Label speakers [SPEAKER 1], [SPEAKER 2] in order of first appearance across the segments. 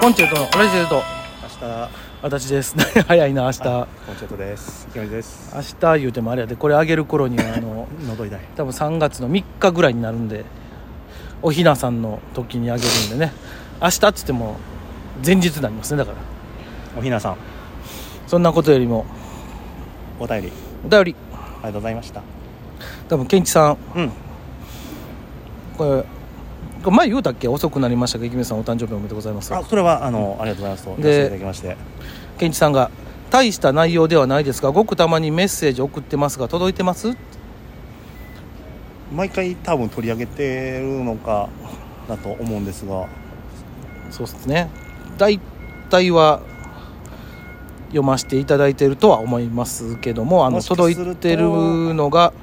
[SPEAKER 1] コンチェルトの同じチェルト
[SPEAKER 2] 明日
[SPEAKER 1] 私です 早いな明日
[SPEAKER 2] コンチェルトです池上です
[SPEAKER 1] 明日言うてもあれやでこれ上げる頃にはあ の
[SPEAKER 2] 喉痛い
[SPEAKER 1] 多分3月の3日ぐらいになるんでおひなさんの時にあげるんでね明日っつっても前日になりますねだから
[SPEAKER 2] おひなさん
[SPEAKER 1] そんなことよりも
[SPEAKER 2] お便り
[SPEAKER 1] お便り
[SPEAKER 2] ありがとうございました
[SPEAKER 1] 多分ケンチさん
[SPEAKER 2] うん
[SPEAKER 1] これこれ前言うたっけ遅くなりましたが池見さんお誕生日おめでとうございます
[SPEAKER 2] あそれはあの、ありがとうございますと言わせていただきまして
[SPEAKER 1] ケンチさんが「大した内容ではないですがごくたまにメッセージ送ってますが届いてます?」
[SPEAKER 2] 毎回多分取り上げてるのかだと思うんですが
[SPEAKER 1] そうですね大体は読ませていただいてるとは思いますけどもあの
[SPEAKER 2] もしかする
[SPEAKER 1] 届
[SPEAKER 2] と
[SPEAKER 1] いてるのが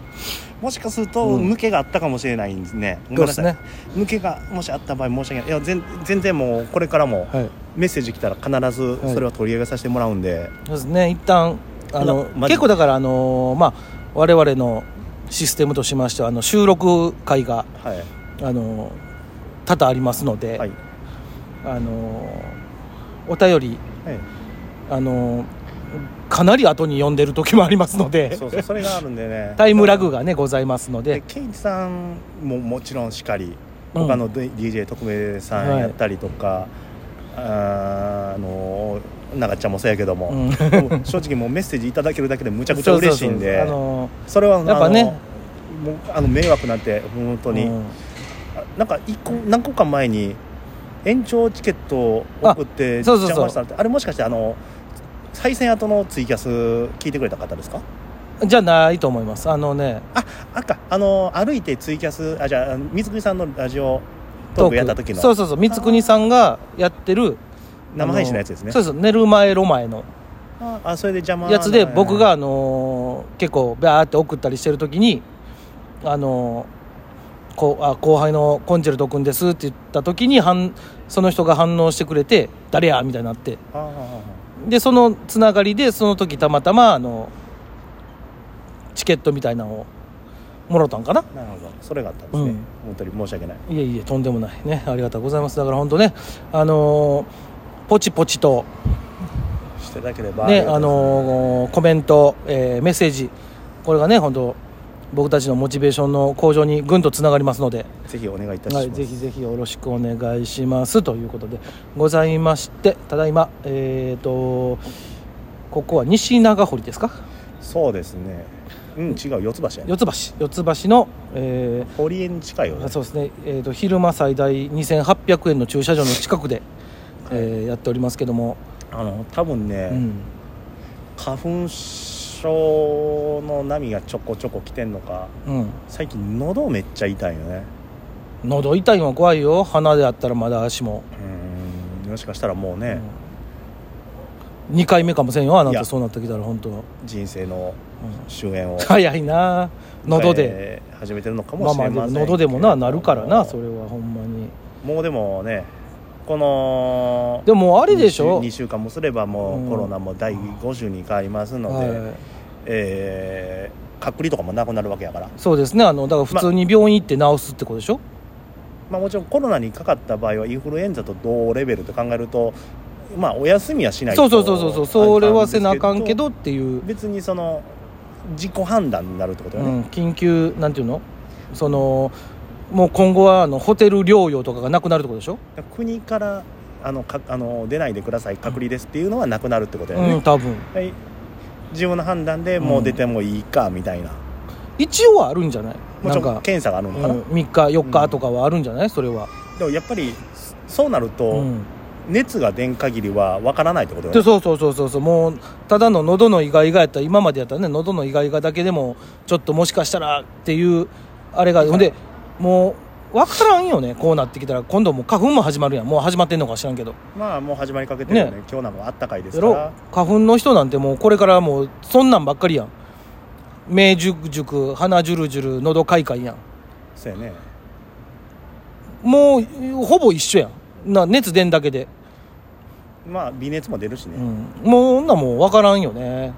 [SPEAKER 2] もしかすると
[SPEAKER 1] うん
[SPEAKER 2] 抜けがあったかもしれないんですね、ごめ
[SPEAKER 1] そうんで
[SPEAKER 2] な
[SPEAKER 1] す
[SPEAKER 2] さい
[SPEAKER 1] ね、
[SPEAKER 2] 抜けがもしあった場合申し訳ないいや全全然もうこれからも
[SPEAKER 1] はい、
[SPEAKER 2] メッセージ来たら必ずそれは取り上げさせてもらうんで、
[SPEAKER 1] そうですね一旦あの
[SPEAKER 2] まだ
[SPEAKER 1] 結構だからあのまあ我々のシステムとしましてはあの収録会が
[SPEAKER 2] はい
[SPEAKER 1] あの多々ありますので、
[SPEAKER 2] はいはい
[SPEAKER 1] あのお便りあのかなり後に読んでる時もありますので
[SPEAKER 2] そうそうそれがあるんで ね
[SPEAKER 1] タイムラグがねございますの
[SPEAKER 2] で
[SPEAKER 1] で
[SPEAKER 2] ケイチさんももちろんしかり
[SPEAKER 1] うん
[SPEAKER 2] 他の D- DJ 特命さんやったりとか、あーあの長っちゃんもそうやけども,、
[SPEAKER 1] うん
[SPEAKER 2] もう正直もうメッセージいただけるだけでむちゃくちゃ嬉しいんでそう
[SPEAKER 1] そそうそうそうあの
[SPEAKER 2] れは
[SPEAKER 1] やっぱね
[SPEAKER 2] あのもうあの迷惑なんて本当に、
[SPEAKER 1] うん
[SPEAKER 2] あなんか一個何個か前に延長チケットを送って
[SPEAKER 1] あそうそうそう
[SPEAKER 2] 邪魔したのってあれもしかしてあの再選後のツイキャス聞いてくれた方ですか
[SPEAKER 1] じゃないと思いますあのね
[SPEAKER 2] あ、あか、あの、歩いてツイキャス、あ、じゃあ、水国さんのラジオトークやった時の
[SPEAKER 1] そうそうそう光国さんがやってる
[SPEAKER 2] 生配信のやつですね。
[SPEAKER 1] あそうそう寝る前ロマエの
[SPEAKER 2] ああ、それで邪魔な
[SPEAKER 1] やつで僕が、あ、のー結構バーって送ったりしてる時にあのーこうあ後輩のコンチェルト君ですって言った時に反その人が反応してくれて誰やみたいになって
[SPEAKER 2] あああ
[SPEAKER 1] でそのつながりでその時たまたまあのチケットみたいなのをもろたんかな
[SPEAKER 2] あなるほど。それがあったんですね。
[SPEAKER 1] うん
[SPEAKER 2] 本当に申し訳ない。
[SPEAKER 1] いえいえとんでもないねありがとうございますだから本当ねあのーポチポチと
[SPEAKER 2] していただければ。
[SPEAKER 1] ね
[SPEAKER 2] りがたいです
[SPEAKER 1] あのーコメント、えーメッセージこれがね本当僕たちのモチベーションの向上にぐんとつながりますので、
[SPEAKER 2] ぜひお願いいたしま
[SPEAKER 1] は
[SPEAKER 2] す。
[SPEAKER 1] い、ぜひぜひよろしくお願いしますということでございましてただいまえっ、とここは西長堀ですか
[SPEAKER 2] そうですね。うん、違う、四つ橋やね。
[SPEAKER 1] 四つ橋四つ橋の、え
[SPEAKER 2] 堀江に近いよ
[SPEAKER 1] ー
[SPEAKER 2] ね。
[SPEAKER 1] そうですね、えー、と昼間最大2800円の駐車場の近くで、えーやっておりますけども、
[SPEAKER 2] あの、多分ね、
[SPEAKER 1] うん、
[SPEAKER 2] 花粉症の波がちょこちょこ来てんのか、
[SPEAKER 1] うん、
[SPEAKER 2] 最近喉めっちゃ痛いよね。
[SPEAKER 1] 喉痛いのは怖いよ鼻であったらまだ足も、
[SPEAKER 2] うん、もしかしたらもうね、
[SPEAKER 1] うん、2回目かもしれんよあないた
[SPEAKER 2] や
[SPEAKER 1] そうなってきたら本当、うん
[SPEAKER 2] 人生の終 焉を
[SPEAKER 1] 早いな喉で、
[SPEAKER 2] えー始めてるのか
[SPEAKER 1] ま
[SPEAKER 2] も
[SPEAKER 1] あ
[SPEAKER 2] し
[SPEAKER 1] まあ
[SPEAKER 2] れ
[SPEAKER 1] でも
[SPEAKER 2] ません
[SPEAKER 1] 喉でもななるからなそ
[SPEAKER 2] れ
[SPEAKER 1] れはほんまに
[SPEAKER 2] もうでもねこの
[SPEAKER 1] で
[SPEAKER 2] も
[SPEAKER 1] ももうあれでしょ
[SPEAKER 2] 2, 週間もすれば
[SPEAKER 1] う
[SPEAKER 2] も
[SPEAKER 1] ん
[SPEAKER 2] うコロナも第5週に変わりますので、
[SPEAKER 1] はい
[SPEAKER 2] えー隔離とかもなくなるわけやから、
[SPEAKER 1] そうですねあのだから普通に病院行って治すってことでしょ、
[SPEAKER 2] まあ、もちろんコロナにかかった場合はインフルエンザと同レベルと考えるとまあお休みはしない
[SPEAKER 1] そ
[SPEAKER 2] と
[SPEAKER 1] うそうそうそうそうそれはせなあかんけ
[SPEAKER 2] あ
[SPEAKER 1] ど
[SPEAKER 2] かんで
[SPEAKER 1] っていう
[SPEAKER 2] すけど別にその自己判断になるってことよ
[SPEAKER 1] う
[SPEAKER 2] ね、
[SPEAKER 1] ん、緊急なんていうのそのもう今後はあのホテル療養とかがなくなるってことでしょ、
[SPEAKER 2] 国からあのかあの出ないでください隔離ですっていうのはなくなるってことだよ
[SPEAKER 1] うん
[SPEAKER 2] ね、
[SPEAKER 1] 多分
[SPEAKER 2] はい、自分の判断でもう出てもいいかみたいな、
[SPEAKER 1] 一応はあるんじゃない
[SPEAKER 2] も
[SPEAKER 1] な
[SPEAKER 2] ち
[SPEAKER 1] ん
[SPEAKER 2] ろん
[SPEAKER 1] か、
[SPEAKER 2] 検査がある
[SPEAKER 1] う
[SPEAKER 2] のかな、
[SPEAKER 1] ん、3日4日とかはあるんじゃないそれは、
[SPEAKER 2] でもやっぱりそうなると、
[SPEAKER 1] うん、
[SPEAKER 2] 熱が出ん限りはわからないってことだ
[SPEAKER 1] で
[SPEAKER 2] よね
[SPEAKER 1] そうそうそうそうそうもうただの喉のイガイガやったら今までやったらね喉のイガイガだけでもちょっともしかしたらっていうあれがほんでもう分からんよねこうなってきたら今度もう花粉も始まるやんもう始まってんのか知らんけど
[SPEAKER 2] まあもう始まりかけてるよね
[SPEAKER 1] ね
[SPEAKER 2] 今日なんかあったかいです
[SPEAKER 1] や
[SPEAKER 2] か
[SPEAKER 1] ろ
[SPEAKER 2] ら
[SPEAKER 1] 花粉の人なんてもうこれからもうそんなんばっかりやん目じゅくじゅく鼻じゅるじゅる喉かいかいやん
[SPEAKER 2] そうやね
[SPEAKER 1] もうほぼ一緒やんな熱出んだけで、
[SPEAKER 2] まあ微熱も出るしね、
[SPEAKER 1] うん、もう女もう分からんよね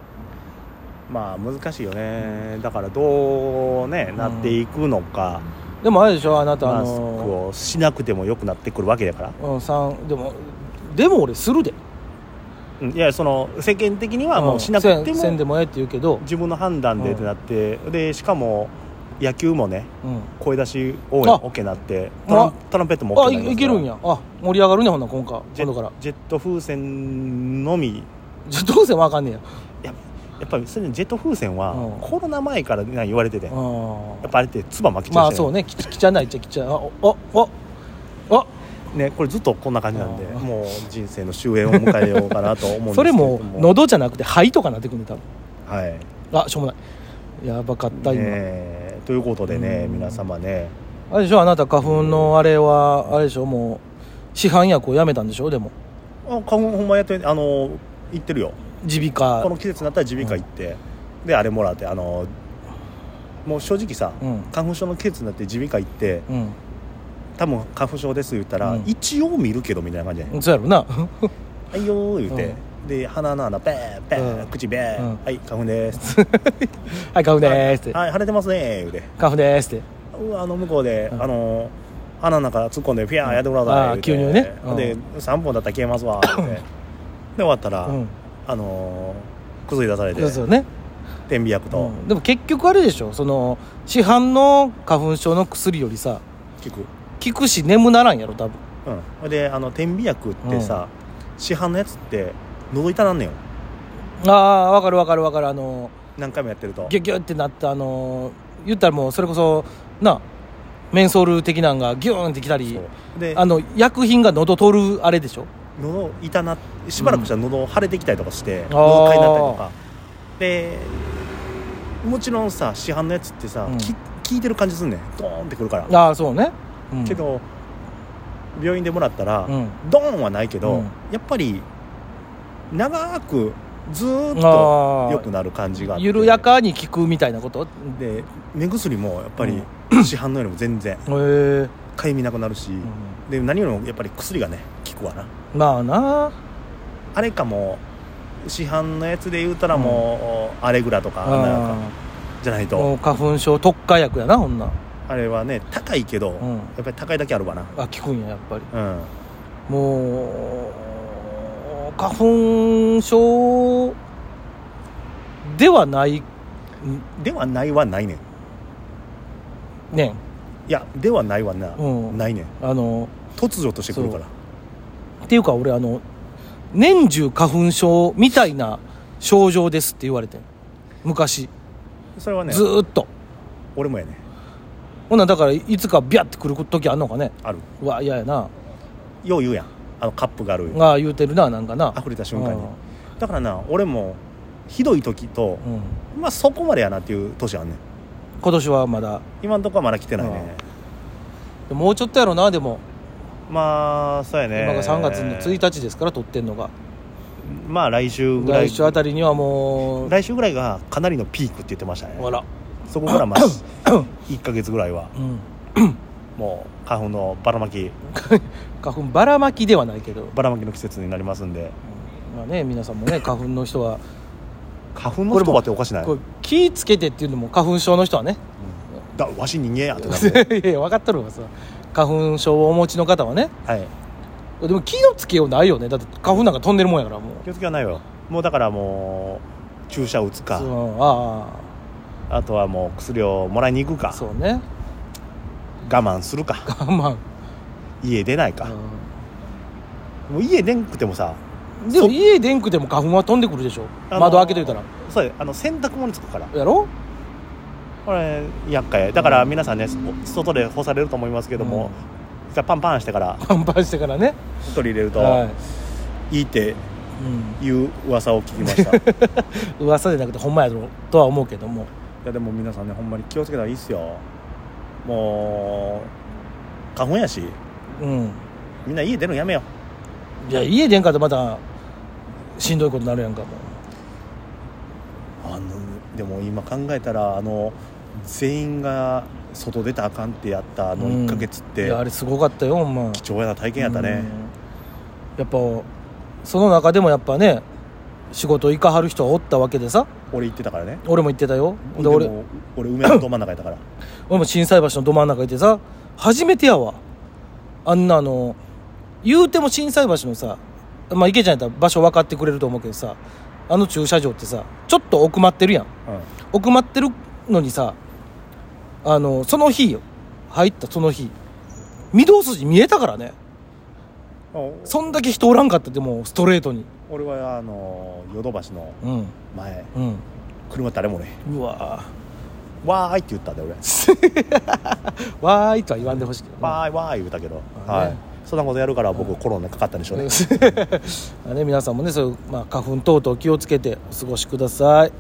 [SPEAKER 2] まあ難しいよねだからどうねなっていくのか、
[SPEAKER 1] でもあれでしょあなたあ
[SPEAKER 2] マスク
[SPEAKER 1] の
[SPEAKER 2] をしなくても良くなってくるわけだから
[SPEAKER 1] うん、さんでもでも俺するで
[SPEAKER 2] うんいやその世間的にはもうしなくて
[SPEAKER 1] うんせんせんで
[SPEAKER 2] も
[SPEAKER 1] もええって言うけど、
[SPEAKER 2] 自分の判断でってなって、でしかも野球もね
[SPEAKER 1] うん、
[SPEAKER 2] 声出し応援
[SPEAKER 1] あ
[SPEAKER 2] OK なってトラン
[SPEAKER 1] ま
[SPEAKER 2] トランペットも
[SPEAKER 1] あ
[SPEAKER 2] OK になりますから
[SPEAKER 1] いいけるんやあ盛り上がるねほんなら今回
[SPEAKER 2] ジェ
[SPEAKER 1] 今度から
[SPEAKER 2] ジェット風船のみ
[SPEAKER 1] じゃどうせわかんねえや
[SPEAKER 2] ややっぱりそれジェット風船は
[SPEAKER 1] うん
[SPEAKER 2] コロナ前からな言われてて、
[SPEAKER 1] あ
[SPEAKER 2] や
[SPEAKER 1] ー
[SPEAKER 2] っぱあれって唾まき散
[SPEAKER 1] ま
[SPEAKER 2] ら
[SPEAKER 1] あ
[SPEAKER 2] して
[SPEAKER 1] そうねききちゃないっちゃきちゃあおおお
[SPEAKER 2] ねこれずっとこんな感じなんで
[SPEAKER 1] うん
[SPEAKER 2] もう人生の終焉を迎えようかなと思うんですけ
[SPEAKER 1] お
[SPEAKER 2] ど
[SPEAKER 1] それも喉じゃなくて肺とかなってくるんで多
[SPEAKER 2] はい
[SPEAKER 1] 分あしょうもないやばかった今、
[SPEAKER 2] ねということでね
[SPEAKER 1] うん
[SPEAKER 2] 皆様ね
[SPEAKER 1] あれでしょあなた花粉のあれはあれでしょもう市販薬をやめたんでしょでも
[SPEAKER 2] あ花粉ほんまやってあの行ってるよ
[SPEAKER 1] 耳鼻
[SPEAKER 2] こ
[SPEAKER 1] 科
[SPEAKER 2] の季節になったら耳鼻科行って、であれもらってあのもう正直さ、
[SPEAKER 1] うん
[SPEAKER 2] 花粉症の季節になって耳鼻科行って
[SPEAKER 1] うん
[SPEAKER 2] 多分花粉症です言ったら、
[SPEAKER 1] うん
[SPEAKER 2] 一応見るけどみたいな感じやね、
[SPEAKER 1] そうやろな
[SPEAKER 2] は いよー言うて、で鼻の穴ペーペー、
[SPEAKER 1] うん
[SPEAKER 2] 口ペー、
[SPEAKER 1] うん
[SPEAKER 2] はい花粉です
[SPEAKER 1] はい 花粉でーすって
[SPEAKER 2] はいはい腫れてますねー言うて
[SPEAKER 1] 花粉でーすって
[SPEAKER 2] うわあの向こうで、
[SPEAKER 1] うん
[SPEAKER 2] あの鼻の中突っ込んでピャーやってもらうた
[SPEAKER 1] あー吸入ねうん
[SPEAKER 2] で3本だったら消えますわー 言うてで終わったら、
[SPEAKER 1] うん
[SPEAKER 2] あのー薬出されて
[SPEAKER 1] そうそうね
[SPEAKER 2] 点鼻薬と、
[SPEAKER 1] うんでも結局あれでしょその市販の花粉症の薬よりさ
[SPEAKER 2] 効く
[SPEAKER 1] 効くし眠ならんやろ多分
[SPEAKER 2] うんほいであの点鼻薬ってさ、市販のやつって喉痛なんねんよ
[SPEAKER 1] ああわかるわかるわかるあの
[SPEAKER 2] 何回もやってると
[SPEAKER 1] ギュッギュッってなったあの言ったらもうそれこそなメンソール的なんがギューンってきたり
[SPEAKER 2] そうで
[SPEAKER 1] あの薬品が喉通るあれでしょ
[SPEAKER 2] 喉痛なしばらくしたら喉腫れてきたりとかして、
[SPEAKER 1] ん
[SPEAKER 2] 喉かになったりとかでもちろんさ市販のやつってさ、
[SPEAKER 1] うん
[SPEAKER 2] き効いてる感じすんねんドーンってくるから、
[SPEAKER 1] ああそうね、うん
[SPEAKER 2] けど病院でもらったら、
[SPEAKER 1] うん
[SPEAKER 2] ドーンはないけど、
[SPEAKER 1] うん
[SPEAKER 2] やっぱり長くずーっ
[SPEAKER 1] あ
[SPEAKER 2] と
[SPEAKER 1] ー
[SPEAKER 2] 良くなる感じがあって
[SPEAKER 1] 緩やかに効くみたいなことへ
[SPEAKER 2] で目薬もやっぱり、市販のよりも全然
[SPEAKER 1] え、うん
[SPEAKER 2] かゆみなくなるし、で何よりもやっぱり薬がね効くわな
[SPEAKER 1] まあな
[SPEAKER 2] あれかも市販のやつで言うたらもう、アレグラとかなんか
[SPEAKER 1] あ
[SPEAKER 2] じゃない
[SPEAKER 1] ー
[SPEAKER 2] と
[SPEAKER 1] もう花粉症特化薬やなほんなん
[SPEAKER 2] あれはね高いけど、
[SPEAKER 1] うん
[SPEAKER 2] やっぱり高いだけあるわな
[SPEAKER 1] あ効くんややっぱり
[SPEAKER 2] うん
[SPEAKER 1] もう花粉症ではないん
[SPEAKER 2] ではないはないねんい
[SPEAKER 1] ねん
[SPEAKER 2] やではないはな、
[SPEAKER 1] うん
[SPEAKER 2] ないねん
[SPEAKER 1] あの
[SPEAKER 2] 突如としてくるから
[SPEAKER 1] っていうか俺あの年中花粉症みたいな症状ですって言われてん昔
[SPEAKER 2] それはね
[SPEAKER 1] ずーっと
[SPEAKER 2] 俺もやね
[SPEAKER 1] ほんなんだからいつかビャってくる時あんのかね
[SPEAKER 2] ある
[SPEAKER 1] うわ嫌やな
[SPEAKER 2] よう言うやんあのカップがある
[SPEAKER 1] ああ言うてるななんかな
[SPEAKER 2] 溢れた瞬間に
[SPEAKER 1] あ
[SPEAKER 2] だからな俺もひどい時と
[SPEAKER 1] あ、うん、
[SPEAKER 2] まあそこまでやなっていう年あんねん
[SPEAKER 1] 今年はまだ
[SPEAKER 2] 今んとこはまだ来てないね
[SPEAKER 1] もうちょっとやろなでも、
[SPEAKER 2] まあそうやね
[SPEAKER 1] 今が3月の1日ですから撮ってんのが
[SPEAKER 2] まあ来週ぐらい
[SPEAKER 1] 来週あたりにはもう
[SPEAKER 2] 来週ぐらいがかなりのピークって言ってましたね
[SPEAKER 1] ほら、
[SPEAKER 2] そこからまあ 1か月ぐらいは
[SPEAKER 1] うん、
[SPEAKER 2] もう花粉のばらまき
[SPEAKER 1] 花粉ばらまきではないけど、
[SPEAKER 2] ばらまきの季節になりますんで
[SPEAKER 1] まあね、皆さん もね花粉の人は
[SPEAKER 2] 花粉の言葉っておかしない
[SPEAKER 1] これ気ぃつけてっていうのも花粉症の人はね
[SPEAKER 2] だわし人間やってなるね
[SPEAKER 1] いやいや分かっとるわさ花粉症をお持ちの方はね
[SPEAKER 2] はい
[SPEAKER 1] でも気をつけようないよねだって花粉なんか飛んでるもんやからもう
[SPEAKER 2] 気をつけはないよもうだからもう注射打つ
[SPEAKER 1] そ
[SPEAKER 2] か
[SPEAKER 1] うあ
[SPEAKER 2] あとはもう薬をもらいに行く
[SPEAKER 1] あ
[SPEAKER 2] か
[SPEAKER 1] そうね
[SPEAKER 2] 我慢するか
[SPEAKER 1] ま
[SPEAKER 2] 家出ない
[SPEAKER 1] あ、
[SPEAKER 2] か
[SPEAKER 1] う
[SPEAKER 2] もう家出んくてもさ
[SPEAKER 1] んで
[SPEAKER 2] そ
[SPEAKER 1] も家でんくても花粉は飛んでくるでしょ、
[SPEAKER 2] あのー
[SPEAKER 1] 窓開けといたら
[SPEAKER 2] そうやあの洗濯物つくから
[SPEAKER 1] やろ
[SPEAKER 2] これ厄介だから皆さんねお外で干されると思いますけども、じゃあパンパンしてから
[SPEAKER 1] パンパンしてからね
[SPEAKER 2] 取り入れると、
[SPEAKER 1] はい
[SPEAKER 2] いって
[SPEAKER 1] い、うん
[SPEAKER 2] いう噂を聞きま したい
[SPEAKER 1] 噂じゃなくてほんまやろとは思うけども
[SPEAKER 2] やでも皆さんねほんまに気をつけたらいいっすよもう花粉やし
[SPEAKER 1] うん
[SPEAKER 2] みんな家出るのやめよ
[SPEAKER 1] いや家出んかったらまたしんどいことになるやんかも
[SPEAKER 2] うあのでも今考えたらあの全員が外出たらあかんってやったあの
[SPEAKER 1] うん
[SPEAKER 2] 1ヶ月っ
[SPEAKER 1] うい
[SPEAKER 2] て、
[SPEAKER 1] やあれすごかったよほんま
[SPEAKER 2] 貴重やな体験やったね、
[SPEAKER 1] うんやっぱその中でもやっぱね仕事行かはる人はおったわけでさ
[SPEAKER 2] 俺行ってたからね
[SPEAKER 1] 俺も行ってたよ
[SPEAKER 2] で
[SPEAKER 1] で俺
[SPEAKER 2] も俺梅のど真ん中やったから
[SPEAKER 1] 俺も心斎橋のど真ん中いてさ初めてやわあんなあの言うても心斎橋のさまあ池ちゃんやったら場所分かってくれると思うけどさあの駐車場ってさちょっと奥まってるやん奥まってるのにさあのその日よ入ったその日御堂筋見えたからね
[SPEAKER 2] うん
[SPEAKER 1] そんだけ人おらんかったってもうストレートに
[SPEAKER 2] 俺はあのヨドバシの
[SPEAKER 1] うん
[SPEAKER 2] 前
[SPEAKER 1] うん
[SPEAKER 2] 車誰もね
[SPEAKER 1] うわ
[SPEAKER 2] わーいって言ったで俺
[SPEAKER 1] ーわーいとは言わんでほしいけどな
[SPEAKER 2] わーいわーい言うたけど、
[SPEAKER 1] あね
[SPEAKER 2] はい、そんなことやるから僕コロナかかったんでしょう ね
[SPEAKER 1] ねね皆さんもねそういう、まあ、花粉等々気をつけてお過ごしください